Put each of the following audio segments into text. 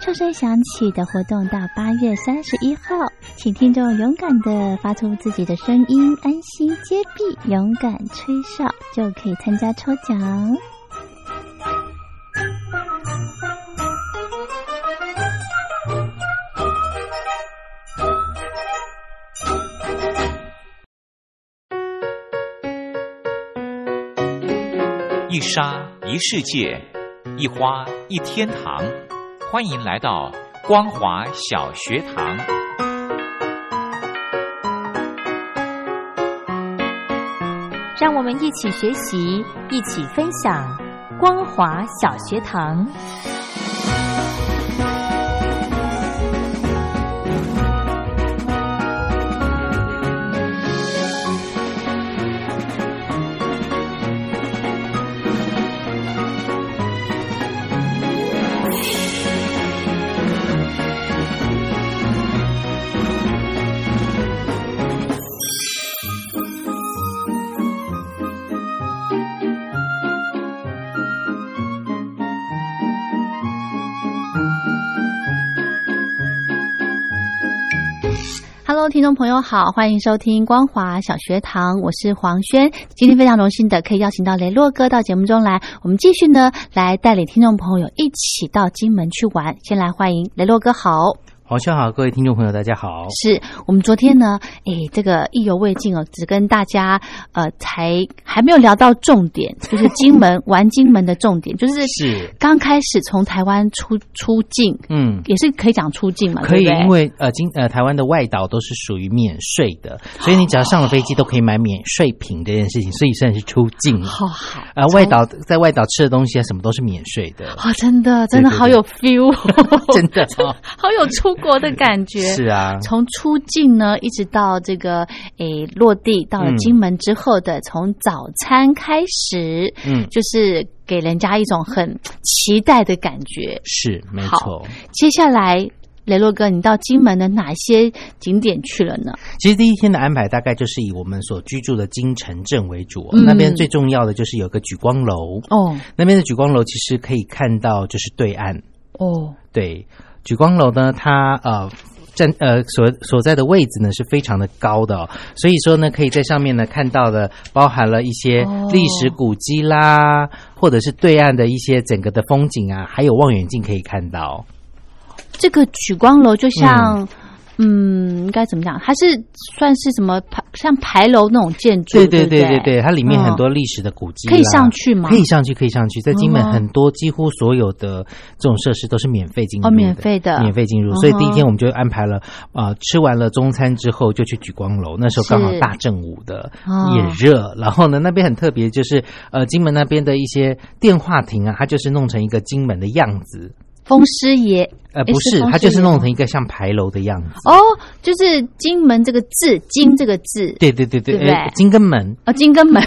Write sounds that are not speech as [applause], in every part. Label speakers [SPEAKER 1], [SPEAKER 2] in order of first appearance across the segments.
[SPEAKER 1] 哨声响起的活动到八月三十一号，请听众勇敢的发出自己的声音，安心接币，勇敢吹哨就可以参加抽奖。
[SPEAKER 2] 一沙一世界，一花一天堂。欢迎来到光华小学堂。
[SPEAKER 3] 让我们一起学习，一起分享光华小学堂。
[SPEAKER 1] Hello，听众朋友好，欢迎收听光华小学堂，我是黄轩。今天非常荣幸的可以邀请到雷洛哥到节目中来，我们继续呢来带领听众朋友一起到金门去玩。先来欢迎雷洛哥好。
[SPEAKER 4] 黄轩好，各位听众朋友，大家好。
[SPEAKER 1] 是我们昨天呢，诶，这个意犹未尽哦，只跟大家呃，才还没有聊到重
[SPEAKER 4] [laughs]
[SPEAKER 1] 点，就是金门玩金门的重点，就是
[SPEAKER 4] 是，
[SPEAKER 1] 刚开始从台湾出出境，
[SPEAKER 4] 嗯，
[SPEAKER 1] 也是可以讲出境嘛，
[SPEAKER 4] 可
[SPEAKER 1] 啊对
[SPEAKER 4] 以，
[SPEAKER 1] 不对
[SPEAKER 4] 因为呃，今呃，台湾的外岛都是属于免税的，所以你只要上了飞机都可以买免税品这件事情，所以算是出境了。
[SPEAKER 1] 好好
[SPEAKER 4] 呃，外岛在外岛吃的东西啊，什么都是免税的，
[SPEAKER 1] 啊，真的真的
[SPEAKER 4] 对对
[SPEAKER 1] 好有 feel，
[SPEAKER 4] [laughs] 真的哦
[SPEAKER 1] 好有出国的感觉，
[SPEAKER 4] 是啊，
[SPEAKER 1] 从出境呢，一直到这个诶落地到了
[SPEAKER 4] 嗯
[SPEAKER 1] 金门之后的，从早餐开始，
[SPEAKER 4] 嗯
[SPEAKER 1] 就是给人家一种很期待的感觉。
[SPEAKER 4] 是没
[SPEAKER 1] 好
[SPEAKER 4] 错。
[SPEAKER 1] 接下来，雷洛哥，你到金门的哪些景点去了呢？
[SPEAKER 4] 其实第一天的安排大概就是以我们所居住的金城镇为主哦、
[SPEAKER 1] 嗯
[SPEAKER 4] 那边最重要的就是有个举光楼，
[SPEAKER 1] 哦
[SPEAKER 4] 那边的举光楼其实可以看到就是对岸，
[SPEAKER 1] 哦，
[SPEAKER 4] 对，举光楼呢，它呃。站呃所所在的位置呢是非常的高的、哦，所以说呢，可以在上面呢看到的包含了一些
[SPEAKER 1] 哦
[SPEAKER 4] 历史古迹啦，或者是对岸的一些整个的风景啊，还有望远镜可以看到。
[SPEAKER 1] 这个举光楼就像。嗯，应该怎么讲？它是算是什么牌，像牌楼那种建筑？
[SPEAKER 4] 对
[SPEAKER 1] 对
[SPEAKER 4] 对
[SPEAKER 1] 不
[SPEAKER 4] 对对，它里面
[SPEAKER 1] 嗯
[SPEAKER 4] 很多历史的古迹啦、
[SPEAKER 1] 可以上去吗
[SPEAKER 4] 可以上去，可以上去，在金门
[SPEAKER 1] 嗯哼
[SPEAKER 4] 很多几乎所有的这种设施都是免费进入
[SPEAKER 1] 哦
[SPEAKER 4] 的，
[SPEAKER 1] 免费的
[SPEAKER 4] 免费进入
[SPEAKER 1] 嗯。哼
[SPEAKER 4] 所以第一天我们就安排了，呃，吃完了中餐之后就去举光楼，那时候刚好
[SPEAKER 1] 是
[SPEAKER 4] 大正午的
[SPEAKER 1] 哦
[SPEAKER 4] 也热，然后呢那边很特别，就是呃金门那边的一些电话亭啊，它就是弄成一个金门的样子。
[SPEAKER 1] 风师爷
[SPEAKER 4] 呃，
[SPEAKER 1] 诶
[SPEAKER 4] 不
[SPEAKER 1] 是
[SPEAKER 4] 是，
[SPEAKER 1] 风
[SPEAKER 4] 它就是
[SPEAKER 1] 师爷吗
[SPEAKER 4] 弄成一个像牌楼的样子。
[SPEAKER 1] 哦，就是金门这个字“金”这个字，
[SPEAKER 4] 对对对对，
[SPEAKER 1] 对不对
[SPEAKER 4] 呃金根门，
[SPEAKER 1] 哦，金
[SPEAKER 4] [laughs]
[SPEAKER 1] 根门，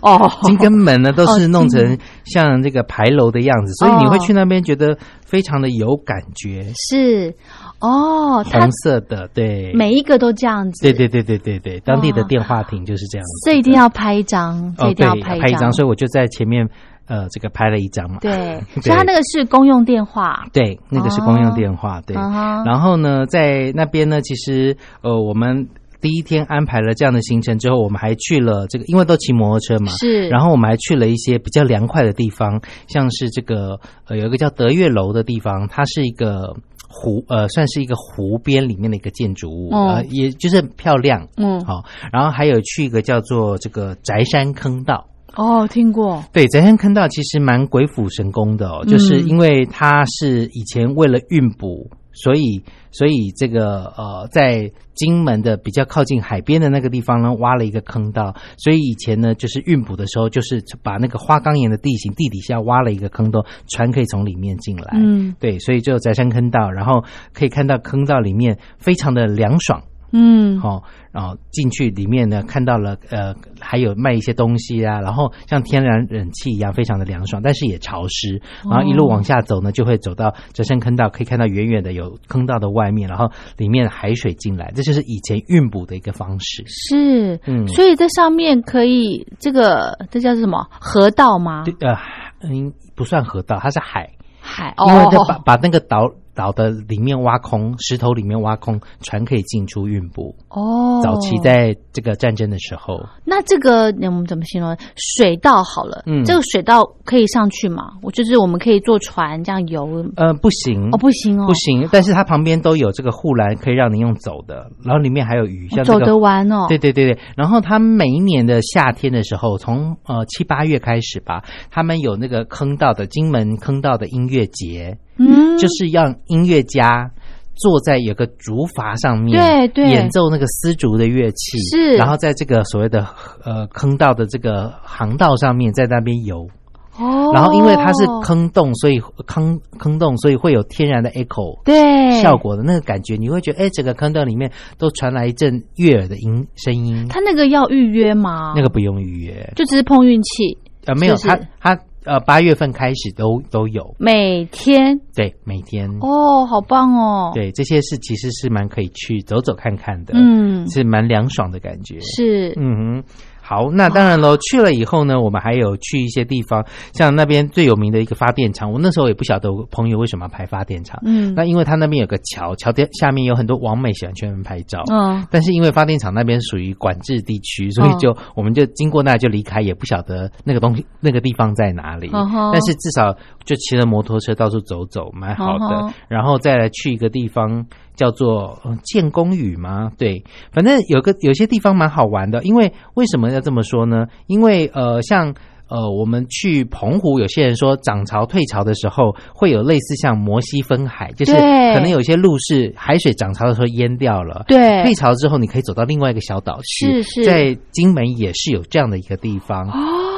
[SPEAKER 1] 哦，
[SPEAKER 4] 金根门呢都
[SPEAKER 1] 哦
[SPEAKER 4] 是弄成像这个牌楼的样子，所以你会去那边觉得非常的有感觉，
[SPEAKER 1] 是哦，它
[SPEAKER 4] 红色的，对，
[SPEAKER 1] 每一个都这样子，
[SPEAKER 4] 对对对对对对，当地的电话亭就是这样子，
[SPEAKER 1] 所以一定要拍一张，这
[SPEAKER 4] 哦
[SPEAKER 1] 一定要
[SPEAKER 4] 对拍
[SPEAKER 1] 一张，
[SPEAKER 4] 所以我就在前面呃这个拍了一张嘛，
[SPEAKER 1] 对，
[SPEAKER 4] 对
[SPEAKER 1] 所以它那个是公用电话，
[SPEAKER 4] 对，那个是公用电话，对，
[SPEAKER 1] 嗯哼
[SPEAKER 4] 然后呢，在那边呢，其实呃我们。第一天安排了这样的行程之后，我们还去了这个，因为都骑摩托车嘛，
[SPEAKER 1] 是，
[SPEAKER 4] 然
[SPEAKER 1] 后
[SPEAKER 4] 后我们还去了一些比较凉快的地方，像是这个呃有一个叫德月楼的地方，它是一个湖呃算是一个湖边里面的一个建筑物，
[SPEAKER 1] 嗯
[SPEAKER 4] 呃也就是很漂亮。
[SPEAKER 1] 嗯，
[SPEAKER 4] 好、然后还有去一个叫做这个宅山坑道，
[SPEAKER 1] 哦，听过，
[SPEAKER 4] 对，咱先看到其实蛮鬼斧神工的哦，就是因为它是以前为了运补，所以所以这个呃，在金门的比较靠近海边的那个地方呢，挖了一个坑道，所以以前呢，就是运补的时候，就是把那个花岗岩的地形地底下挖了一个坑洞，船可以从里面进来。
[SPEAKER 1] 嗯
[SPEAKER 4] 对，所以就有宅山坑道，然后可以看到坑道里面非常的凉爽。
[SPEAKER 1] 嗯，
[SPEAKER 4] 哦，然后进去里面呢，看到了呃，还有卖一些东西啊，然后像天然冷气一样，非常的凉爽，但是也潮湿。
[SPEAKER 1] 哦
[SPEAKER 4] 然后一路往下走呢，就会走到折山坑道，可以看到远远的有坑道的外面，然后里面海水进来，这就是以前运补的一个方式。
[SPEAKER 1] 是，
[SPEAKER 4] 嗯
[SPEAKER 1] 所以在上面可以这个这叫什么河道吗？
[SPEAKER 4] 对，呃，嗯，不算河道，它是海，
[SPEAKER 1] 海
[SPEAKER 4] 因为
[SPEAKER 1] 哦，
[SPEAKER 4] 它把把那个岛岛的里面挖空，石头里面挖空，船可以进出运补。
[SPEAKER 1] 哦，
[SPEAKER 4] 早期在这个战争的时候，
[SPEAKER 1] 那这个嗯我们怎么形容？水道好了，
[SPEAKER 4] 嗯
[SPEAKER 1] 这个水道可以上去吗？我就是我们可以坐船这样游，
[SPEAKER 4] 呃，不行
[SPEAKER 1] 哦，不行哦，
[SPEAKER 4] 不行，但是它旁边都有这个护栏，可以让你用走的，然后里面还有鱼，像这
[SPEAKER 1] 走
[SPEAKER 4] 个。
[SPEAKER 1] 得完哦，
[SPEAKER 4] 对对对对，然后他们每一年的夏天的时候，从呃七八月开始吧，他们有那个坑道的金门坑道的音乐节，
[SPEAKER 1] 嗯，
[SPEAKER 4] 就是让音乐家坐在有个竹筏上面，
[SPEAKER 1] 对对
[SPEAKER 4] 演奏那个丝竹的乐器，
[SPEAKER 1] 是
[SPEAKER 4] 然后在这个所谓的呃坑道的这个航道上面，在那边游，
[SPEAKER 1] 哦，
[SPEAKER 4] 然后因为它是坑洞，所以坑坑洞，所以会有天然的 echo，
[SPEAKER 1] 对
[SPEAKER 4] 效。果的那个感觉，你会觉得，哎，整个坑道里面都传来一阵悦耳的音声音。
[SPEAKER 1] 他那个要预约吗？
[SPEAKER 4] 那个不用预约，
[SPEAKER 1] 就只是碰运气，
[SPEAKER 4] 呃，没有，
[SPEAKER 1] 是
[SPEAKER 4] 它
[SPEAKER 1] 是
[SPEAKER 4] 它呃八月份开始都都有，
[SPEAKER 1] 每天
[SPEAKER 4] 对，每天，
[SPEAKER 1] 哦，好棒哦，，
[SPEAKER 4] 对，这些是其实是蛮可以去走走看看的，，
[SPEAKER 1] 嗯，
[SPEAKER 4] 是蛮凉爽的感觉，
[SPEAKER 1] 是，
[SPEAKER 4] 嗯哼，好，那当然喽。去了以后呢，我们还有去一些地方，像那边最有名的一个发电厂，我那时候也不晓得我朋友为什么要拍发电厂。
[SPEAKER 1] 嗯
[SPEAKER 4] 那因为它那边有个桥，桥边下面有很多网美喜欢去那边拍照。
[SPEAKER 1] 嗯，
[SPEAKER 4] 但是因为发电厂那边属于管制地区，所以就、我们就经过那就离开，也不晓得那个东西那个地方在哪里。
[SPEAKER 1] 嗯哼
[SPEAKER 4] 但是至少就骑着摩托车到处走走，蛮好的。
[SPEAKER 1] 嗯哼
[SPEAKER 4] 然后再来去一个地方叫做呃建功屿吗？对，反正有个有些地方蛮好玩的。因为为什么要这么说呢？因为呃，像。呃，我们去澎湖，有些人说涨潮退潮的时候会有类似像摩西分海，就是
[SPEAKER 1] 对
[SPEAKER 4] 可能有些路是海水涨潮的时候淹掉了，
[SPEAKER 1] 对
[SPEAKER 4] 退潮之后，你可以走到另外一个小岛
[SPEAKER 1] 是
[SPEAKER 4] 去，
[SPEAKER 1] 是哦
[SPEAKER 4] 在金门也是有这样的一个地方。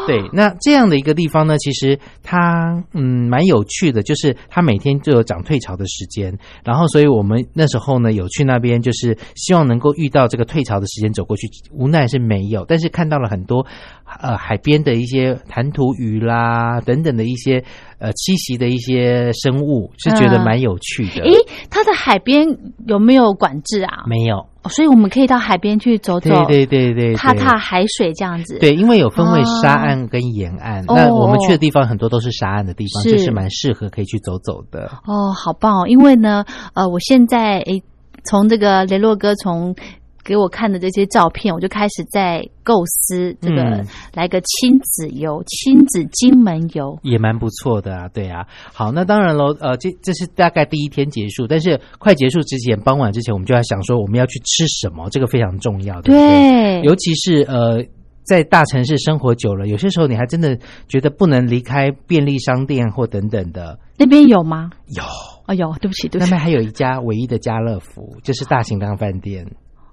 [SPEAKER 4] 对，那这样的一个地方呢，其实它嗯蛮有趣的，就是它每天就有涨退潮的时间，然后所以我们那时候呢有去那边，就是希望能够遇到这个退潮的时间走过去，无奈是没有，但是看到了很多呃海边的一些弹涂鱼啦等等的一些呃栖息的一些生物，是觉得
[SPEAKER 1] 嗯
[SPEAKER 4] 蛮有趣的。
[SPEAKER 1] 诶，它的海边有没有管制啊？
[SPEAKER 4] 没有，
[SPEAKER 1] 哦所以我们可以到海边去走走，
[SPEAKER 4] 对对对对对，
[SPEAKER 1] 踏踏海水这样子。，
[SPEAKER 4] 对，因为有分为沙岸跟沿岸，
[SPEAKER 1] 哦
[SPEAKER 4] 那我们去的地方很多都是沙岸的地方，
[SPEAKER 1] 是
[SPEAKER 4] 就是蛮适合可以去走走的。
[SPEAKER 1] 哦，好棒哦！因为呢，呃，我现在诶，从这个雷洛哥从。给我看的这些照片，我就开始在构思这个、
[SPEAKER 4] 嗯
[SPEAKER 1] 来个亲子游、亲子金门游。
[SPEAKER 4] 也蛮不错的啊，对啊。好，那当然喽，呃，这这是大概第一天结束，但是快结束之前，傍晚之前，我们就要想说我们要去吃什么，这个非常重要，对不
[SPEAKER 1] 对，
[SPEAKER 4] 对？尤其是呃，在大城市生活久了，有些时候你还真的觉得不能离开便利商店或等等的。
[SPEAKER 1] 那边有吗？
[SPEAKER 4] 有，
[SPEAKER 1] 哦，有，对不起，对不
[SPEAKER 4] 那
[SPEAKER 1] 起，
[SPEAKER 4] 边还有一家唯一的家乐福，就是大型量饭店。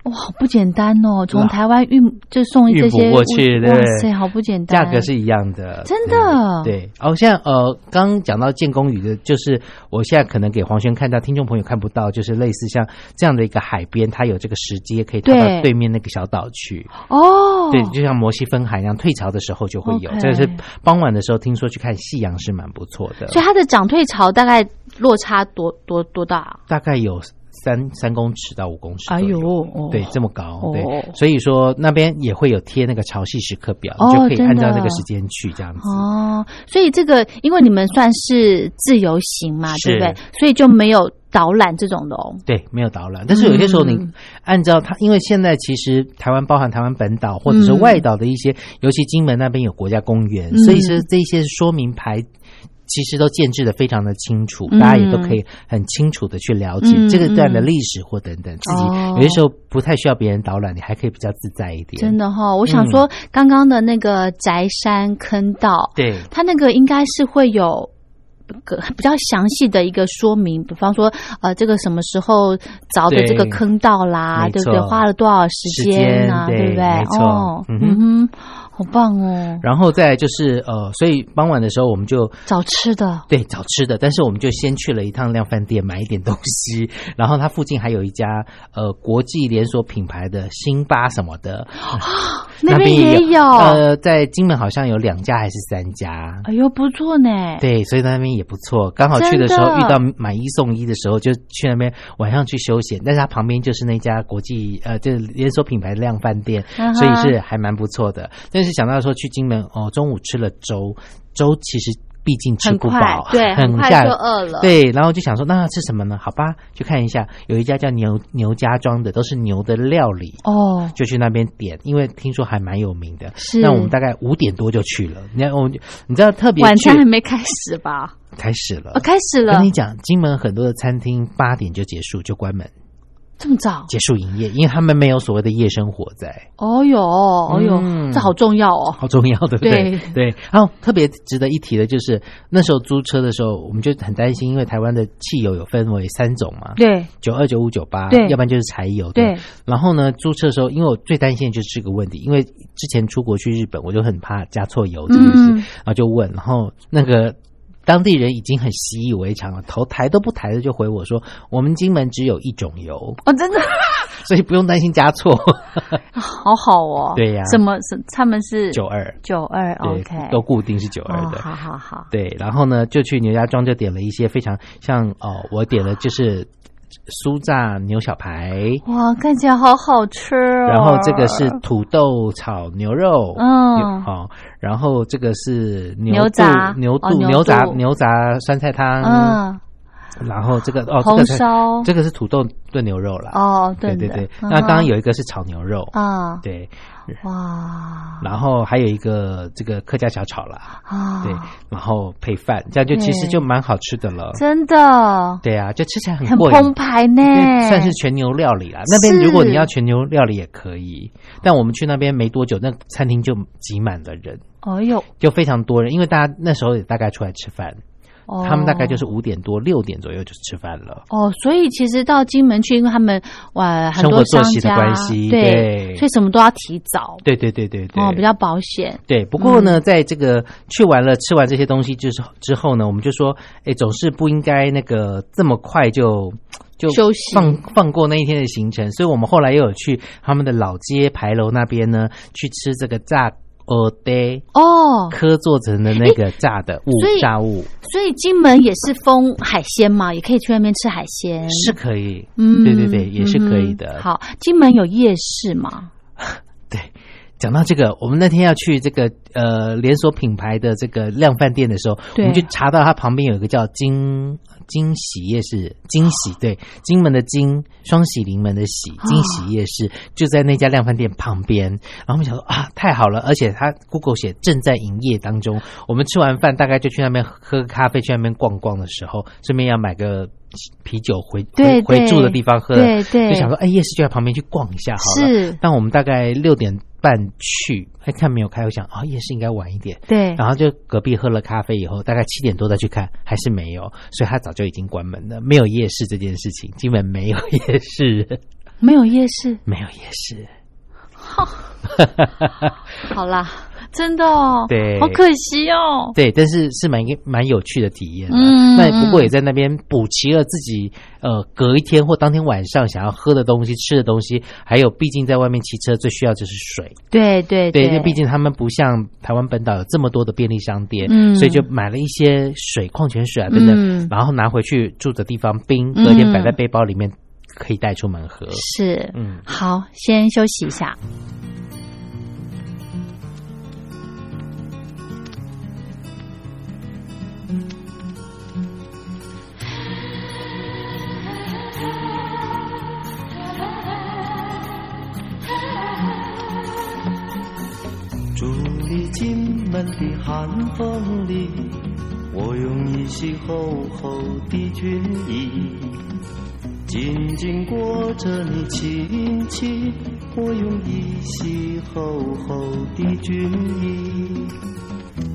[SPEAKER 1] 哇，好不简单哦！
[SPEAKER 4] 哇
[SPEAKER 1] 从台湾运就送这
[SPEAKER 4] 运补
[SPEAKER 1] 些
[SPEAKER 4] 过去，对
[SPEAKER 1] 哇
[SPEAKER 4] 不
[SPEAKER 1] 塞，
[SPEAKER 4] 对？
[SPEAKER 1] 好不简单，
[SPEAKER 4] 价格是一样的，
[SPEAKER 1] 真的
[SPEAKER 4] 嗯对。哦，现在呃，刚刚讲到建功屿的，就是我现在可能给黄轩看到，听众朋友看不到，就是类似像这样的一个海边，它有这个石阶可以踏到
[SPEAKER 1] 对
[SPEAKER 4] 对面那个小岛去。
[SPEAKER 1] 哦，
[SPEAKER 4] 对，就像摩西分海一样，退潮的时候就会有。
[SPEAKER 1] OK
[SPEAKER 4] 这个是傍晚的时候，听说去看夕阳是蛮不错的，
[SPEAKER 1] 所以它的涨退潮大概落差多多多大啊？
[SPEAKER 4] 大概有三三公尺到五公尺左右。
[SPEAKER 1] 哦
[SPEAKER 4] 哎对，这么高，
[SPEAKER 1] 哦
[SPEAKER 4] 对，所以说那边也会有贴那个潮汐时刻表，你
[SPEAKER 1] 哦
[SPEAKER 4] 就可以
[SPEAKER 1] 真
[SPEAKER 4] 按照
[SPEAKER 1] 的
[SPEAKER 4] 那个时间去这样子。
[SPEAKER 1] 哦，所以这个因为你们算是自由行嘛，
[SPEAKER 4] 是嗯
[SPEAKER 1] 对不对？所以就没有导览这种的哦。
[SPEAKER 4] 对，没有导览，但是有些时候你
[SPEAKER 1] 嗯
[SPEAKER 4] 按照它，因为现在其实台湾包含台湾本岛或者是外岛的一些，尤其金门那边有国家公园，
[SPEAKER 1] 嗯
[SPEAKER 4] 所以是这些说明牌其实都建制的非常的清楚，
[SPEAKER 1] 嗯
[SPEAKER 4] 大家也都可以很清楚的去了解
[SPEAKER 1] 嗯
[SPEAKER 4] 这个段的历史或等等，自己
[SPEAKER 1] 哦
[SPEAKER 4] 有些时候不太需要别人导览，你还可以比较自在一点。
[SPEAKER 1] 真的哈、我想说
[SPEAKER 4] 嗯
[SPEAKER 1] 刚刚的那个宅山坑道，
[SPEAKER 4] 对，
[SPEAKER 1] 它那个应该是会有。个比较详细的一个说明，比方说，呃，这个什么时候凿的
[SPEAKER 4] 对
[SPEAKER 1] 这个坑道啦，
[SPEAKER 4] 没
[SPEAKER 1] 对
[SPEAKER 4] 错
[SPEAKER 1] 不对？花了多少时间啊？
[SPEAKER 4] 时间
[SPEAKER 1] 对不对？
[SPEAKER 4] 对没错
[SPEAKER 1] 哦，
[SPEAKER 4] 嗯
[SPEAKER 1] 嗯哼，好棒哦！
[SPEAKER 4] 然后再来就是呃，所以傍晚的时候我们就
[SPEAKER 1] 找吃的，
[SPEAKER 4] 对，找吃的，但是我们就先去了一趟量贩店买一点东西， [laughs] 然后它附近还有一家呃国际连锁品牌的辛巴什么的，
[SPEAKER 1] 那边也
[SPEAKER 4] 也
[SPEAKER 1] 有
[SPEAKER 4] 呃，在金门好像有两家还是三家。
[SPEAKER 1] 哎呦，不错呢。
[SPEAKER 4] 对，所以在那边也不错。刚好去的时候
[SPEAKER 1] 真的
[SPEAKER 4] 遇到买一送一的时候，就去那边晚上去休闲。但是它旁边就是那家国际呃，就是连锁品牌的量饭店，
[SPEAKER 1] 嗯哼
[SPEAKER 4] 所以是还蛮不错的。但是想到说去金门哦，中午吃了粥，粥其实毕竟吃
[SPEAKER 1] 很
[SPEAKER 4] 不
[SPEAKER 1] 快
[SPEAKER 4] 饱，
[SPEAKER 1] 对很快
[SPEAKER 4] 下
[SPEAKER 1] 就饿了
[SPEAKER 4] 对，然后就想说那吃什么呢？好吧，去看一下，有一家叫牛牛家庄的，都是牛的料理。
[SPEAKER 1] 哦，
[SPEAKER 4] 就去那边点，因为听说还蛮有名的。
[SPEAKER 1] 是
[SPEAKER 4] 那我们大概五点多就去了。你看，我你知道特别
[SPEAKER 1] 晚
[SPEAKER 4] 去
[SPEAKER 1] 餐还没开始吧？
[SPEAKER 4] 开始了
[SPEAKER 1] 哦，，开始
[SPEAKER 4] 我
[SPEAKER 1] 了
[SPEAKER 4] 跟，你讲，金门很多的餐厅八点就结束，就关门，
[SPEAKER 1] 这么早？
[SPEAKER 4] 结束营业，因为他们没有所谓的夜生活在，
[SPEAKER 1] 哦哟，哦哟，
[SPEAKER 4] 嗯
[SPEAKER 1] 这好重要哦。
[SPEAKER 4] [laughs] 好重要，对不对？
[SPEAKER 1] 对
[SPEAKER 4] 对。然后特别值得一提的就是，那时候租车的时候，我们就很担心，因为台湾的汽油有分为三种嘛，
[SPEAKER 1] 对，
[SPEAKER 4] 九二九五九八，
[SPEAKER 1] 对
[SPEAKER 4] 要不然就是柴油，
[SPEAKER 1] 对。
[SPEAKER 4] 然后呢，租车的时候，因为我最担心的就是这个问题，因为之前出国去日本，我就很怕加错油这件事，
[SPEAKER 1] 嗯
[SPEAKER 4] 然后就问，然后那个。当地人已经很习以为常了，头抬都不抬的就回我说：“我们金门只有一种油， [laughs]
[SPEAKER 1] 哦，真的
[SPEAKER 4] 所以不用担心加
[SPEAKER 1] [laughs]
[SPEAKER 4] 错。
[SPEAKER 1] 好好哦。
[SPEAKER 4] 对呀
[SPEAKER 1] 什么？什他们是”
[SPEAKER 4] 九二，
[SPEAKER 1] 九二
[SPEAKER 4] 对
[SPEAKER 1] ？OK，
[SPEAKER 4] 都固定是九二
[SPEAKER 1] 哦，
[SPEAKER 4] 的。
[SPEAKER 1] 好好好，
[SPEAKER 4] 对，然后呢，就去牛家庄就点了一些非常像哦，我点了就是酥炸牛小排，
[SPEAKER 1] 哇，看起来好好吃哦。
[SPEAKER 4] 然后这个是土豆炒牛肉，
[SPEAKER 1] 嗯
[SPEAKER 4] 牛好、然后这个是
[SPEAKER 1] 牛
[SPEAKER 4] 肚
[SPEAKER 1] 杂
[SPEAKER 4] 牛肚、
[SPEAKER 1] 哦牛
[SPEAKER 4] 牛杂
[SPEAKER 1] 肚
[SPEAKER 4] 牛杂酸菜汤，
[SPEAKER 1] 嗯，
[SPEAKER 4] 然后这个哦，这
[SPEAKER 1] 红
[SPEAKER 4] 个是
[SPEAKER 1] 烧
[SPEAKER 4] 这个是土豆炖牛肉啦，
[SPEAKER 1] 哦，
[SPEAKER 4] 对对
[SPEAKER 1] 的
[SPEAKER 4] 对，
[SPEAKER 1] 嗯
[SPEAKER 4] 那刚刚有一个是炒牛肉，
[SPEAKER 1] 啊，
[SPEAKER 4] 对，
[SPEAKER 1] 哇
[SPEAKER 4] 然后还有一个这个客家小炒啦，
[SPEAKER 1] 啊，
[SPEAKER 4] 对，然后配饭，这样就其实
[SPEAKER 1] 对
[SPEAKER 4] 就蛮好吃的了，
[SPEAKER 1] 真的
[SPEAKER 4] 对啊，就吃起来很
[SPEAKER 1] 很
[SPEAKER 4] 过瘾。
[SPEAKER 1] 澎湃呢
[SPEAKER 4] 对，算是全牛料理啦。那边
[SPEAKER 1] 是
[SPEAKER 4] 如果你要全牛料理也可以，但我们去那边没多久，那餐厅就挤满了人，
[SPEAKER 1] 哦哟，
[SPEAKER 4] 就非常多人，因为大家那时候也大概出来吃饭，
[SPEAKER 1] 哦
[SPEAKER 4] 他们大概就是五点多六点左右就吃饭了。
[SPEAKER 1] 哦，所以其实到金门去，因为他们哇很
[SPEAKER 4] 生
[SPEAKER 1] 多
[SPEAKER 4] 活
[SPEAKER 1] 商
[SPEAKER 4] 作息的
[SPEAKER 1] 家
[SPEAKER 4] 关系
[SPEAKER 1] 对，
[SPEAKER 4] 对
[SPEAKER 1] 所以什么都要提早
[SPEAKER 4] 对对对对对，
[SPEAKER 1] 哦，比较嗯保险。
[SPEAKER 4] 对。不过呢，在这个去完了吃完这些东西之后之后呢，我们就说，哎，总是不应该那个这么快就。就
[SPEAKER 1] 休息
[SPEAKER 4] 放放过那一天的行程，所以我们后来又有去他们的老街牌楼那边呢，去吃这个炸鹅呆，
[SPEAKER 1] 哦，
[SPEAKER 4] 科做成的那个炸的物
[SPEAKER 1] 所以嗯
[SPEAKER 4] 炸物
[SPEAKER 1] 所以金门也是封海鲜嘛，也可以去那边吃海鲜。
[SPEAKER 4] 是可以，
[SPEAKER 1] 嗯
[SPEAKER 4] 对对对，也是可以的。
[SPEAKER 1] 嗯哼，好，金门有夜市嘛？
[SPEAKER 4] 对。讲到这个，我们那天要去这个呃连锁品牌的这个量饭店的时候，我
[SPEAKER 1] 对
[SPEAKER 4] 们就查到它旁边有一个叫金金喜夜市，金喜
[SPEAKER 1] 哦
[SPEAKER 4] 对金门的金，双喜临门的喜，金喜夜市、就在那家量饭店旁边。然后我们想说啊，太好了，而且它 Google 写正在营业当中。我们吃完饭大概就去那边喝个咖啡，去那边逛逛的时候，顺便要买个啤酒回
[SPEAKER 1] 对
[SPEAKER 4] 回回
[SPEAKER 1] 对
[SPEAKER 4] 住的地方喝，
[SPEAKER 1] 对对
[SPEAKER 4] 就想说哎夜市就在旁边去逛一下好了。
[SPEAKER 1] 是，
[SPEAKER 4] 但我们大概六点半去，还看没有开，我想啊、夜市应该晚一点。
[SPEAKER 1] 对，
[SPEAKER 4] 然后就隔壁喝了咖啡以后，大概七点多再去看，还是没有，所以他早就已经关门了，没有夜市这件事情，金门没有夜市， [laughs]
[SPEAKER 1] 没有夜市。
[SPEAKER 4] 没有夜市。
[SPEAKER 1] 哦好啦，真的哦，
[SPEAKER 4] 对
[SPEAKER 1] 好可惜哦。
[SPEAKER 4] 对，但是是蛮蛮有趣的体验、啊。
[SPEAKER 1] 嗯
[SPEAKER 4] 那不过也在那边补齐了自己呃隔一天或当天晚上想要喝的东西、吃的东西，还有毕竟在外面骑车最需要就是水。
[SPEAKER 1] 对对
[SPEAKER 4] 对，因为毕竟他们不像台湾本岛有这么多的便利商店，
[SPEAKER 1] 嗯
[SPEAKER 4] 所以就买了一些水、矿泉水啊等等，
[SPEAKER 1] 嗯
[SPEAKER 4] 然后拿回去住的地方冰，
[SPEAKER 1] 嗯
[SPEAKER 4] 隔天摆在背包里面，可以带出门喝。
[SPEAKER 1] 是
[SPEAKER 4] 嗯，
[SPEAKER 1] 好，先休息一下。
[SPEAKER 5] 伫立金门的寒风里，我用一袭厚厚的军衣，紧紧裹着你亲亲。我用一袭厚厚的军衣，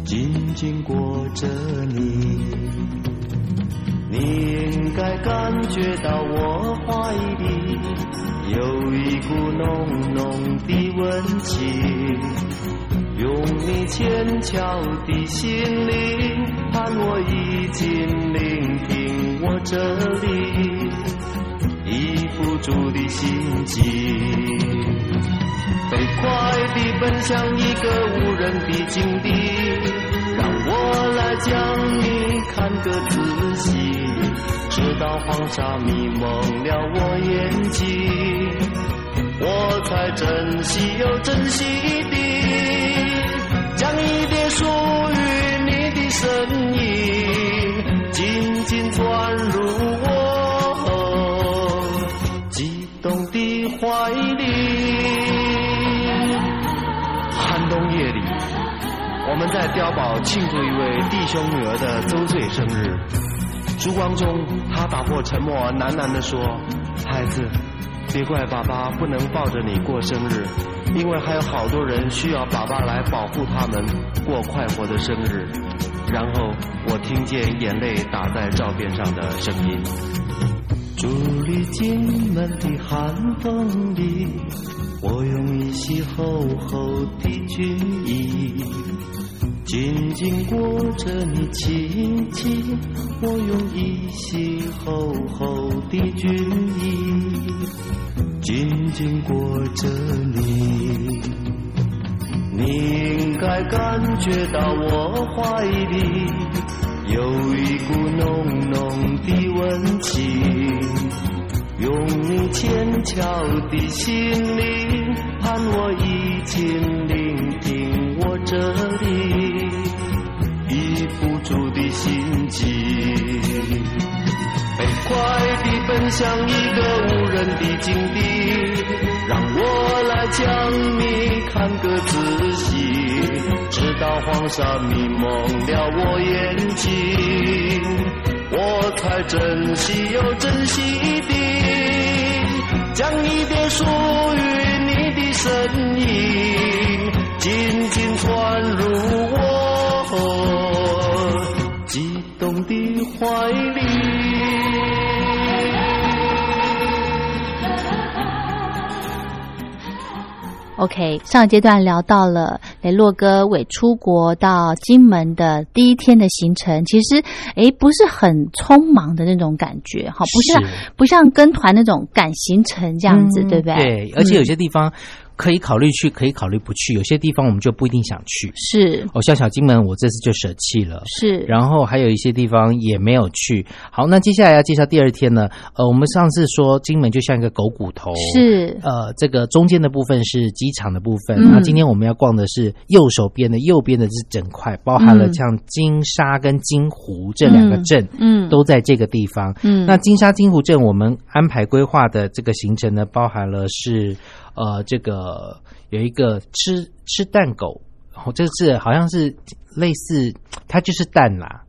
[SPEAKER 5] 紧紧裹着你。你应该感觉到我怀里有一股浓浓的温情。用你纤巧的心灵，盼我已经聆听我这里已不住的心情。飞快地奔向一个无人的境地，让我来将你看个仔细，直到黄沙迷蒙了我眼睛。我才珍惜又珍惜地，将一点属于你的身影，紧紧攥入我激动的怀里。寒冬夜里，我们在碉堡庆祝一位弟兄女儿的周岁生日。烛光中，他打破沉默，喃喃地说：“孩
[SPEAKER 1] 哦
[SPEAKER 5] 子，别怪爸爸不能抱着你过生日，因为还有好多人需要爸爸来保护他们过快活的生日。”然后我听见眼泪打在照片上的声音。伫立进门的寒风里，我用一袭厚厚的军衣，紧紧裹着你亲亲。我用一袭厚厚的军衣，紧紧裹着你。你应该感觉到我怀里有一股浓浓的温情。用你纤巧的心灵，盼我已经聆听我这里抑不住的心情。飞快地奔向一个无人的境地，让我来将你看个仔细，直到黄沙迷蒙了我眼睛。我才珍惜又珍惜地，将一点属于你的身影，紧紧攥入我激动的怀里。
[SPEAKER 1] OK，上一阶段聊到了雷洛哥伟出国到金门的第一天的行程，其实诶不是很匆忙的那种感觉，哈，不啊像
[SPEAKER 4] 是
[SPEAKER 1] 不像跟团那种赶行程这样子，对不对？嗯
[SPEAKER 4] 对，而且有些地方可以考虑去，可以考虑不去；有些地方我们就不一定想去。
[SPEAKER 1] 是
[SPEAKER 4] 哦，像小金门，我这次就舍弃了。
[SPEAKER 1] 是，
[SPEAKER 4] 然后还有一些地方也没有去。好，那接下来要介绍第二天呢。呃，我们上次说金门就像一个狗骨头，
[SPEAKER 1] 是
[SPEAKER 4] 呃，这个中间的部分是机场的部分。
[SPEAKER 1] 嗯
[SPEAKER 4] 那今天我们要逛的是右手边的，右边的是整块，包含了
[SPEAKER 1] 嗯
[SPEAKER 4] 像金沙跟金湖这两个镇，
[SPEAKER 1] 嗯
[SPEAKER 4] 都在这个地方。
[SPEAKER 1] 嗯
[SPEAKER 4] 那金沙金湖镇我们安排规划的这个行程呢，包含了是呃，这个有一个吃吃蛋狗，哦，这是好像是类似，它就是蛋啦。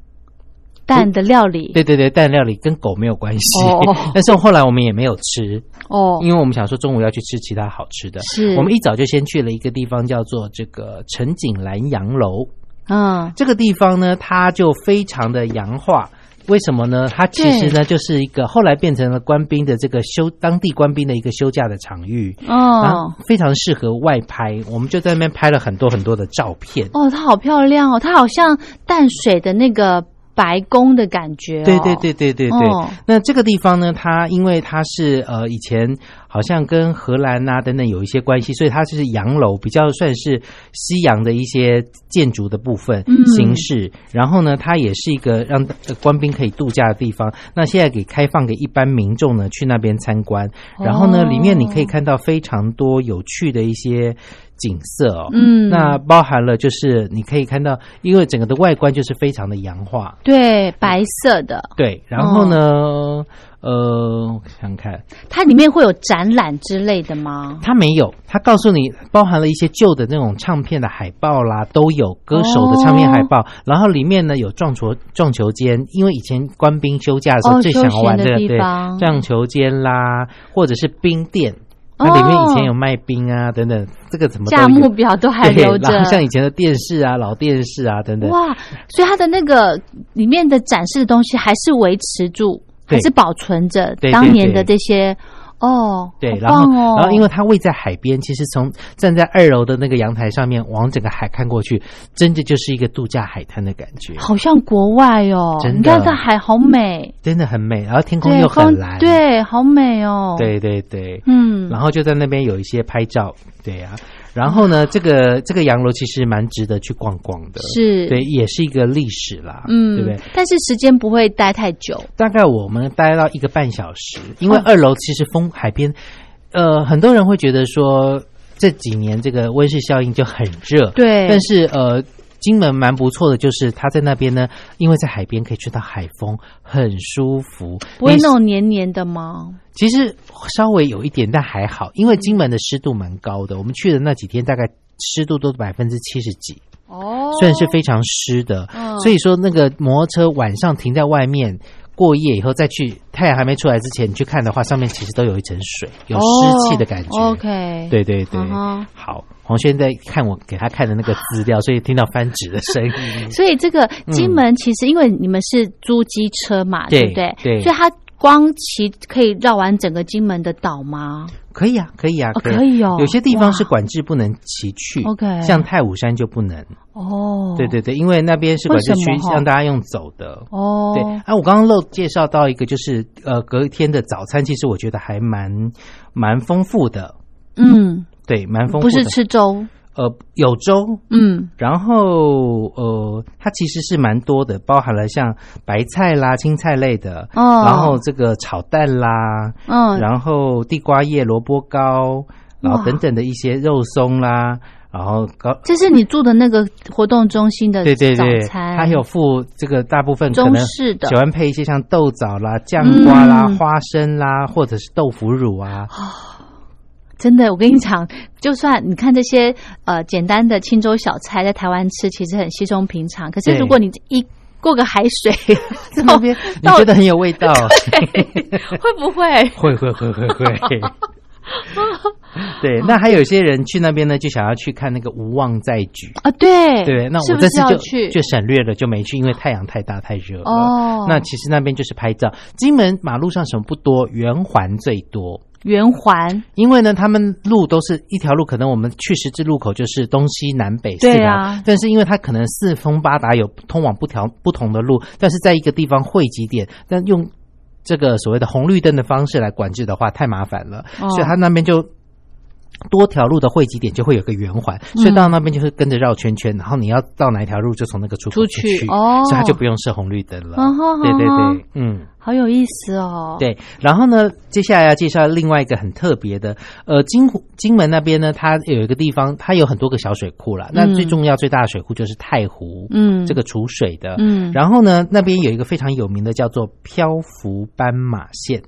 [SPEAKER 1] 蛋的料理
[SPEAKER 4] 对对对，蛋料理跟狗没有关系，
[SPEAKER 1] 哦
[SPEAKER 4] 但是后来我们也没有吃，
[SPEAKER 1] 哦，
[SPEAKER 4] 因为我们想说中午要去吃其他好吃的。
[SPEAKER 1] 是
[SPEAKER 4] 我们一早就先去了一个地方，叫做这个陈景兰洋楼。
[SPEAKER 1] 嗯
[SPEAKER 4] 这个地方呢，它就非常的洋化。为什么呢？它其实呢，就是一个后来变成了官兵的这个休当地官兵的一个休假的场域，然后
[SPEAKER 1] 哦。
[SPEAKER 4] 非常适合外拍。我们就在那边拍了很多很多的照片。
[SPEAKER 1] 哦，它好漂亮哦！它好像淡水的那个白宫的感觉、哦。
[SPEAKER 4] 对对对对对对。
[SPEAKER 1] 哦
[SPEAKER 4] 那这个地方呢，它因为它是呃以前好像跟荷兰啊等等有一些关系，所以它就是洋楼，比较算是西洋的一些建筑的部分
[SPEAKER 1] 嗯
[SPEAKER 4] 形式。然后呢，它也是一个让呃官兵可以度假的地方。那现在给开放给一般民众呢去那边参观。然后呢，
[SPEAKER 1] 哦
[SPEAKER 4] 里面你可以看到非常多有趣的一些景色哦。
[SPEAKER 1] 嗯，
[SPEAKER 4] 那包含了就是你可以看到，因为整个的外观就是非常的洋化，
[SPEAKER 1] 对白色的，
[SPEAKER 4] 对。然后呢，
[SPEAKER 1] 哦
[SPEAKER 4] 呃，我想想看，
[SPEAKER 1] 它里面会有展览之类的吗？
[SPEAKER 4] 它没有，它告诉你包含了一些旧的那种唱片的海报啦，都有歌手的唱片海报，然后里面呢有撞球撞球间，因为以前官兵休假的时候
[SPEAKER 1] 哦
[SPEAKER 4] 最想玩这个、
[SPEAKER 1] 休闲的地
[SPEAKER 4] 对
[SPEAKER 1] 方
[SPEAKER 4] 撞球间啦，或者是冰店，
[SPEAKER 1] 哦
[SPEAKER 4] 它里面以前有卖冰啊等等，这个怎么都有
[SPEAKER 1] 价目表都还
[SPEAKER 4] 对
[SPEAKER 1] 留着，
[SPEAKER 4] 然后像以前的电视啊、老电视啊等等，
[SPEAKER 1] 哇，所以它的那个里面的展示的东西还是维持住，
[SPEAKER 4] 对
[SPEAKER 1] 还是保存着
[SPEAKER 4] 对对
[SPEAKER 1] 当年的这些哦，
[SPEAKER 4] 对，
[SPEAKER 1] 好
[SPEAKER 4] 然后、
[SPEAKER 1] 棒哦、
[SPEAKER 4] 然后因为它位在海边，其实从站在二楼的那个阳台上面往整个海看过去，真的就是一个度假海滩的感觉，
[SPEAKER 1] 好像国外哦，
[SPEAKER 4] 真的
[SPEAKER 1] 你看它海好美，
[SPEAKER 4] 真的很美。然后天空
[SPEAKER 1] 对，
[SPEAKER 4] 又
[SPEAKER 1] 风
[SPEAKER 4] 很蓝，
[SPEAKER 1] 对，好美哦，，
[SPEAKER 4] 对对对，
[SPEAKER 1] 嗯，
[SPEAKER 4] 然后就在那边有一些拍照，对呀、然后呢，这个这个洋楼其实蛮值得去逛逛的，
[SPEAKER 1] 嗯是，
[SPEAKER 4] 对，也是一个历史啦，
[SPEAKER 1] 嗯，
[SPEAKER 4] 对不对？
[SPEAKER 1] 但是时间不会待太久，
[SPEAKER 4] 大概我们待到一个半小时，因为
[SPEAKER 1] 哦
[SPEAKER 4] 二楼其实风海边，呃，很多人会觉得说这几年这个温室效应就很热，
[SPEAKER 1] 对
[SPEAKER 4] 但是呃。金门蛮不错的，就是它在那边呢，因为在海边可以吹到海风，很舒服。
[SPEAKER 1] 不会
[SPEAKER 4] 你
[SPEAKER 1] 那种黏黏的吗？
[SPEAKER 4] 其实稍微有一点，但还好，因为金门的湿度蛮高的。我们去的那几天，大概湿度都百分之七十几，
[SPEAKER 1] 哦，
[SPEAKER 4] 算是非常湿的。
[SPEAKER 1] 嗯
[SPEAKER 4] 所以说，那个摩托车晚上停在外面过夜以后，再去太阳还没出来之前，你去看的话，上面其实都有一层水，有湿气的感觉。
[SPEAKER 1] 哦 OK，，
[SPEAKER 4] 对对对
[SPEAKER 1] 嗯哼
[SPEAKER 4] 好。黄轩在看我给他看的那个资料，所以听到翻纸的声
[SPEAKER 1] [laughs]
[SPEAKER 4] 音。
[SPEAKER 1] 所以这个金门其实因为你们是租机车嘛，
[SPEAKER 4] 嗯对
[SPEAKER 1] 不对？
[SPEAKER 4] 对
[SPEAKER 1] 所以它光骑可以绕完整个金门的岛吗？
[SPEAKER 4] 可以啊，可以啊，
[SPEAKER 1] 哦
[SPEAKER 4] 以啊。
[SPEAKER 1] 可以哦
[SPEAKER 4] 有些地方是
[SPEAKER 1] 哇
[SPEAKER 4] 管制不能骑去
[SPEAKER 1] OK
[SPEAKER 4] 像太武山就不能。
[SPEAKER 1] 哦，
[SPEAKER 4] 对，对对，因为那边是管制
[SPEAKER 1] 为
[SPEAKER 4] 区
[SPEAKER 1] 什，么哈
[SPEAKER 4] 让大家用走的。
[SPEAKER 1] 哦，
[SPEAKER 4] 对啊，我刚刚漏介绍到一个，就是呃，隔天的早餐，其实我觉得还蛮蛮丰富的，
[SPEAKER 1] 嗯，
[SPEAKER 4] 对，蛮丰富
[SPEAKER 1] 不
[SPEAKER 4] 的。
[SPEAKER 1] 是吃粥，
[SPEAKER 4] 呃有粥，
[SPEAKER 1] 嗯，
[SPEAKER 4] 然后呃，它其实是蛮多的，包含了像白菜啦、青菜类的，
[SPEAKER 1] 哦
[SPEAKER 4] 然后这个炒蛋啦，
[SPEAKER 1] 嗯，
[SPEAKER 4] 然后地瓜叶、萝卜糕，然后
[SPEAKER 1] 哇
[SPEAKER 4] 等等的一些肉松啦，然后高
[SPEAKER 1] 这是你住的那个活动中心的
[SPEAKER 4] 对对
[SPEAKER 1] 早
[SPEAKER 4] 对，
[SPEAKER 1] 餐，
[SPEAKER 4] 它有附这个大部分可
[SPEAKER 1] 中
[SPEAKER 4] 能
[SPEAKER 1] 式的
[SPEAKER 4] 喜欢配一些像豆枣啦、酱瓜啦、
[SPEAKER 1] 嗯哦
[SPEAKER 4] 花生啦，或者是豆腐乳啊。
[SPEAKER 1] 真的，我跟你讲，就算你看这些呃简单的清粥小菜，在台湾吃其实很稀松平常，可是
[SPEAKER 4] 对
[SPEAKER 1] 如果你一过个海
[SPEAKER 4] [laughs]
[SPEAKER 1] 水，
[SPEAKER 4] 在那边你
[SPEAKER 1] 豆
[SPEAKER 4] 觉得很有味
[SPEAKER 1] [laughs]
[SPEAKER 4] 道， [laughs]
[SPEAKER 1] 会不会？
[SPEAKER 4] 会会会会会。 [laughs] 对，那还有些人去那边呢，就想要去看那个无望再举。
[SPEAKER 1] 啊，对
[SPEAKER 4] 对，那
[SPEAKER 1] 是
[SPEAKER 4] 我
[SPEAKER 1] 不
[SPEAKER 4] 这
[SPEAKER 1] 是
[SPEAKER 4] 次
[SPEAKER 1] 要
[SPEAKER 4] 就
[SPEAKER 1] 去？
[SPEAKER 4] 就省略了，就没去，因为太阳太大太热了。
[SPEAKER 1] 哦
[SPEAKER 4] 那其实那边就是拍照。金门马路上什么不多，圆环最多。
[SPEAKER 1] 圆环，
[SPEAKER 4] 因为呢，他们路都是一条路，可能我们去十字路口就是东西南北四
[SPEAKER 1] 对
[SPEAKER 4] 条，
[SPEAKER 1] 啊
[SPEAKER 4] 但是因为它可能四通八达有通往不条不同的路，但是在一个地方汇集点，但用这个所谓的红绿灯的方式来管制的话，太麻烦了，
[SPEAKER 1] 哦
[SPEAKER 4] 所以它那边就。多条路的汇集点就会有个圆环，
[SPEAKER 1] 嗯
[SPEAKER 4] 所以到那边就是跟着绕圈圈，然后你要到哪一条路就从那个出口
[SPEAKER 1] 出去
[SPEAKER 4] 去，
[SPEAKER 1] 哦
[SPEAKER 4] 所以它就不用设红绿灯了。
[SPEAKER 1] 嗯哼
[SPEAKER 4] 对对
[SPEAKER 1] 嗯
[SPEAKER 4] 对
[SPEAKER 1] 哼，
[SPEAKER 4] 嗯。
[SPEAKER 1] 好有意思哦。，
[SPEAKER 4] 对，然后呢，接下来要介绍另外一个很特别的，呃，金湖金门那边呢，它有一个地方，它有很多个小水库啦。那、最重要、最大的水库就是太湖，
[SPEAKER 1] 嗯
[SPEAKER 4] 这个储水的，
[SPEAKER 1] 嗯
[SPEAKER 4] 然后呢，那边有一个非常有名的叫做漂浮斑马线，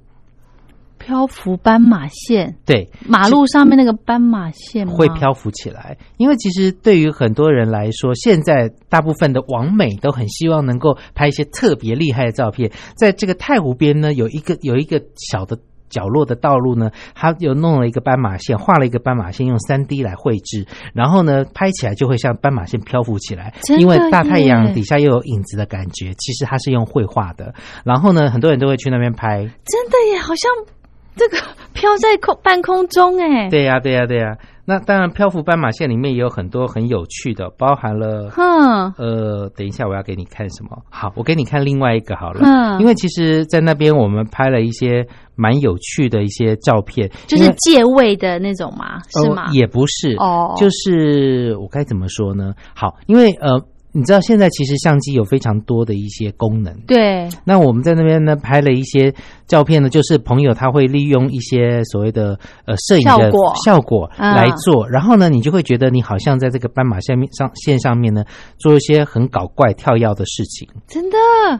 [SPEAKER 1] 漂浮斑马线，
[SPEAKER 4] 对，
[SPEAKER 1] 马路上面那个斑马线吗
[SPEAKER 4] 会，漂浮起来。因为其实对于很多人来说，现在大部分的网美都很希望能够拍一些特别厉害的照片。在这个太湖边呢，有一个有一个小的。角落的道路呢，它又弄了一个斑马线，画了一个斑马线，用三 D 来绘制，然后呢，拍起来就会像斑马线漂浮起来，
[SPEAKER 1] 真的
[SPEAKER 4] 因为大太阳
[SPEAKER 1] 耶
[SPEAKER 4] 底下又有影子的感觉。其实它是用绘画的，然后呢，很多人都会去那边拍，
[SPEAKER 1] 真的耶，好像这个 [laughs] 飘在空半空中哎。，
[SPEAKER 4] 对呀、对呀、对呀、那当然，漂浮斑马线里面也有很多很有趣的，包含了
[SPEAKER 1] 哼，
[SPEAKER 4] 呃，等一下我要给你看什么？好，我给你看另外一个好了。
[SPEAKER 1] 嗯
[SPEAKER 4] 因为其实，在那边我们拍了一些蛮有趣的一些照片，
[SPEAKER 1] 就
[SPEAKER 4] 因
[SPEAKER 1] 是
[SPEAKER 4] 为
[SPEAKER 1] 借位的那种嘛，是
[SPEAKER 4] 呃
[SPEAKER 1] 吗？
[SPEAKER 4] 也不是
[SPEAKER 1] 哦
[SPEAKER 4] 就是我该怎么说呢？好，因为呃。你知道现在其实相机有非常多的一些功能。
[SPEAKER 1] 对，
[SPEAKER 4] 那我们在那边呢拍了一些照片呢，就是朋友他会利用一些所谓的呃摄影的
[SPEAKER 1] 效果
[SPEAKER 4] 效果
[SPEAKER 1] 嗯
[SPEAKER 4] 来做，然后呢，你就会觉得你好像在这个斑马线面上线上面呢做一些很搞怪跳跃的事情。
[SPEAKER 1] 真的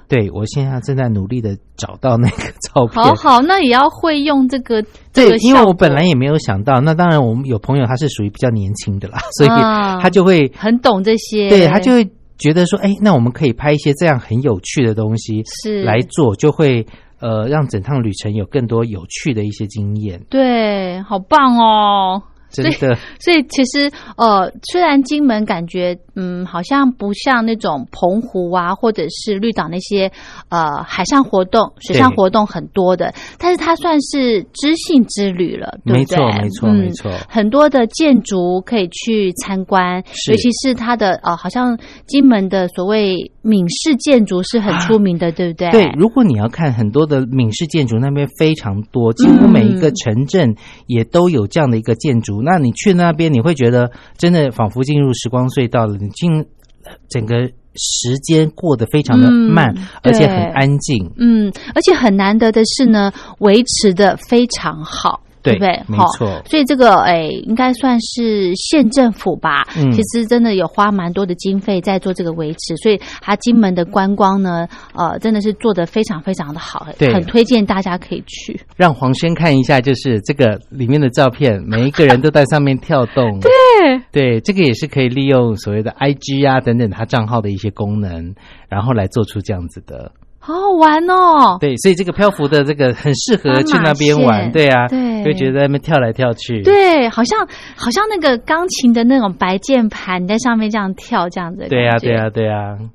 [SPEAKER 4] 对我现在正在努力的找到那个照片，
[SPEAKER 1] 好好，那也要会用这个这
[SPEAKER 4] 对
[SPEAKER 1] 个，
[SPEAKER 4] 因
[SPEAKER 1] 效
[SPEAKER 4] 为我
[SPEAKER 1] 果
[SPEAKER 4] 本来也没有想到，那当然我们有朋友他是属于比较年轻的啦，所以
[SPEAKER 1] 啊
[SPEAKER 4] 他就会、
[SPEAKER 1] 很懂这些，
[SPEAKER 4] 对他就会觉得说，哎，那我们可以拍一些这样很有趣的东西
[SPEAKER 1] 是
[SPEAKER 4] 来做，就会呃让整趟旅程有更多有趣的一些经验。
[SPEAKER 1] [laughs] 对，好棒哦。
[SPEAKER 4] 真的，
[SPEAKER 1] 所以其实呃，虽然金门感觉嗯，好像不像那种澎湖啊，或者是绿岛那些呃海上活动、水上
[SPEAKER 4] 对
[SPEAKER 1] 活动很多的，但是它算是知性之旅了，对
[SPEAKER 4] 没
[SPEAKER 1] 不对？
[SPEAKER 4] 错，没错，
[SPEAKER 1] 嗯
[SPEAKER 4] 没错。
[SPEAKER 1] 很多的建筑可以去参观，
[SPEAKER 4] 是
[SPEAKER 1] 尤其是它的呃，好像金门的所谓闽式建筑是很出名的，对不对？
[SPEAKER 4] 对，如果你要看很多的闽式建筑，那边非常多，几乎每一个城镇也都有这样的一个建筑。那你去那边，你会觉得真的仿佛进入时光隧道了，你进整个时间过得非常的
[SPEAKER 1] 嗯
[SPEAKER 4] 慢，而且很
[SPEAKER 1] 对
[SPEAKER 4] 安静。
[SPEAKER 1] 嗯，而且很难得的是呢，维持的非常好。对
[SPEAKER 4] 对，
[SPEAKER 1] 不对？
[SPEAKER 4] 没
[SPEAKER 1] 好
[SPEAKER 4] 错
[SPEAKER 1] 所以这个诶，应该算是县政府吧。
[SPEAKER 4] 嗯
[SPEAKER 1] 其实真的有花蛮多的经费在做这个维持，所以它金门的观光呢，呃，真的是做得非常非常的好，
[SPEAKER 4] 对
[SPEAKER 1] 很推荐大家可以去。
[SPEAKER 4] 让黄轩看一下，就是这个里面的照片，每一个人都在上面跳
[SPEAKER 1] [laughs]
[SPEAKER 4] 动。对，对，这个也是可以利用所谓的 IG 啊等等他账号的一些功能，然后来做出这样子的。
[SPEAKER 1] 好好玩哦！
[SPEAKER 4] 对，所以这个漂浮的这个很适合去
[SPEAKER 1] 斑马
[SPEAKER 4] 那边
[SPEAKER 1] 线
[SPEAKER 4] 玩，对啊，
[SPEAKER 1] 对
[SPEAKER 4] 就觉得在那边跳来跳去，
[SPEAKER 1] 对，好像好像那个钢琴的那种白键盘，你在上面这样跳，这样子。
[SPEAKER 4] 对啊，对，啊，对啊。
[SPEAKER 1] 哦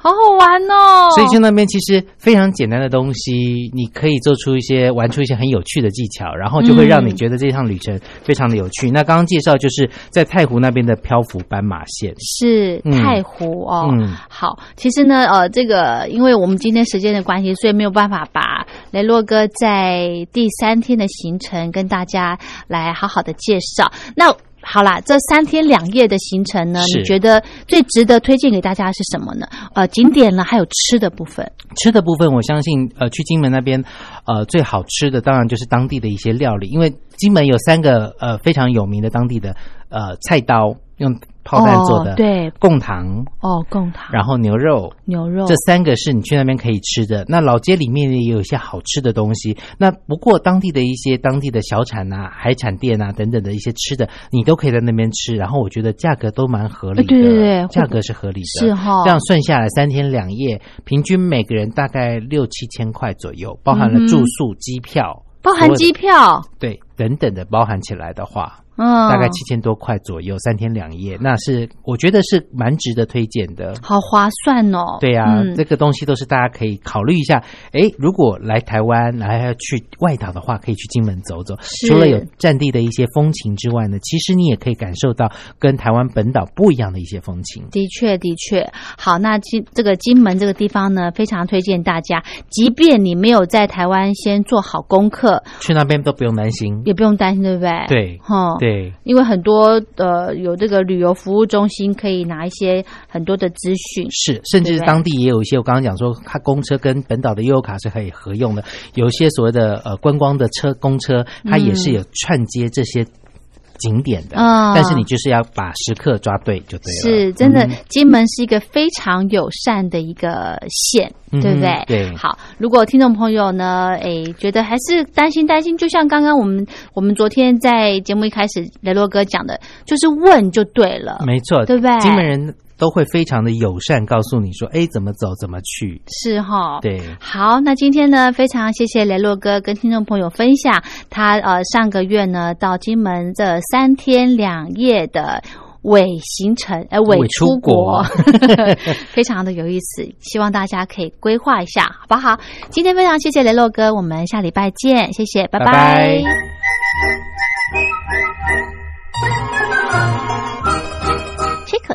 [SPEAKER 1] 好好玩哦！
[SPEAKER 4] 所以去那边其实非常简单的东西，你可以做出一些玩出一些很有趣的技巧，然后就会让你觉得这趟旅程非常的有趣。那刚刚介绍就是在太湖那边的漂浮斑马线，
[SPEAKER 1] 是
[SPEAKER 4] 嗯
[SPEAKER 1] 太湖哦。
[SPEAKER 4] 嗯
[SPEAKER 1] 好，其实呢，呃，这个因为我们今天时间的关系，所以没有办法把雷洛哥在第三天的行程跟大家来好好的介绍。那好啦，这三天两夜的行程呢，
[SPEAKER 4] 是
[SPEAKER 1] 你觉得最值得推荐给大家是什么呢？呃，景点呢，还有吃的部分。
[SPEAKER 4] 吃的部分，我相信呃，去金门那边呃最好吃的当然就是当地的一些料理，因为金门有三个呃非常有名的当地的呃菜刀，用炮弹做的，
[SPEAKER 1] 哦对
[SPEAKER 4] 贡糖，
[SPEAKER 1] 哦，贡糖、
[SPEAKER 4] 然后牛肉。
[SPEAKER 1] 牛肉
[SPEAKER 4] 这三个是你去那边可以吃的。那老街里面也有一些好吃的东西。那不过当地的一些当地的小产啊、海产店啊等等的一些吃的，你都可以在那边吃。然后我觉得价格都蛮合理的，
[SPEAKER 1] 哎对对对
[SPEAKER 4] 价格是合理的，
[SPEAKER 1] 是哈
[SPEAKER 4] 这样算下来三天两夜，平均每个人大概六七千块左右，包含了住宿、机票，
[SPEAKER 1] 包含机票，
[SPEAKER 4] 对等等的包含起来的话。
[SPEAKER 1] 嗯，
[SPEAKER 4] 大概七千多块左右，三天两夜，那是我觉得是蛮值得推荐的。
[SPEAKER 1] 好划算哦。
[SPEAKER 4] 对啊，
[SPEAKER 1] 嗯
[SPEAKER 4] 这个东西都是大家可以考虑一下。诶，如果来台湾，来要去外岛的话，可以去金门走走。除了有战地的一些风情之外呢，其实你也可以感受到跟台湾本岛不一样的一些风情。
[SPEAKER 1] 的确，的确，好，那金这个金门这个地方呢，非常推荐大家，即便你没有在台湾先做好功课，
[SPEAKER 4] 去那边都不用担心。
[SPEAKER 1] 也不哦用担心，对不对？，
[SPEAKER 4] 对
[SPEAKER 1] 哈、。
[SPEAKER 4] 对，
[SPEAKER 1] 因为很多呃有这个旅游服务中心可以拿一些很多的资讯，
[SPEAKER 4] 是，甚至
[SPEAKER 1] 对
[SPEAKER 4] 当地也有一些，我刚刚讲说，它公车跟本岛的悠游卡是可以合用的，有一些所谓的呃观光的车公车，它也是有串接这些景点的。
[SPEAKER 1] 嗯
[SPEAKER 4] 但是你就是要把时刻抓对就对了。嗯
[SPEAKER 1] 是真的，金门是一个非常友善的一个县，
[SPEAKER 4] 嗯哼
[SPEAKER 1] 对不对？
[SPEAKER 4] 对
[SPEAKER 1] 好，如果听众朋友呢，诶，觉得还是担心担心，就像刚刚我们我们昨天在节目一开始雷洛哥讲的，就是问就对了，
[SPEAKER 4] 没错，
[SPEAKER 1] 对不对
[SPEAKER 4] 金门人都会非常的友善，告诉你说，哎，怎么走，怎么去。
[SPEAKER 1] 是哈、。
[SPEAKER 4] 对，
[SPEAKER 1] 好，那今天呢，非常谢谢雷洛哥跟听众朋友分享他呃上个月呢到金门这三天两夜的伪行程，呃伪
[SPEAKER 4] 伪
[SPEAKER 1] 出
[SPEAKER 4] 出
[SPEAKER 1] 国
[SPEAKER 4] 国， [laughs]
[SPEAKER 1] 非常的有意思，希望大家可以规划一下，好不好？今天非常谢谢雷洛哥，我们下礼拜见，谢谢，拜
[SPEAKER 4] 拜拜
[SPEAKER 6] 吹口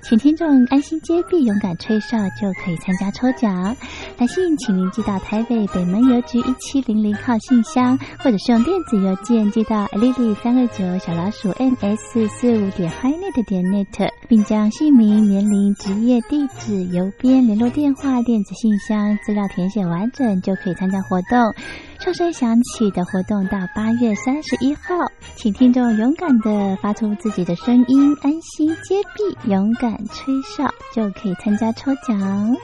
[SPEAKER 6] 请听众安心接币，勇敢吹哨就可以参加抽奖。来信请您寄到台北北门邮局一七零零号信箱，或者是用电子邮件寄到 lily 三二九小老鼠 ms 四五点 highnet 点 net，并将姓名、年龄、职业、地址、邮编、联络电话、电子信箱资料填写完整，就可以参加活动。哨声响起的活动到八月三十一号，请听众勇敢的发出自己的声音，安心接币，勇敢吹哨就可以参加抽奖。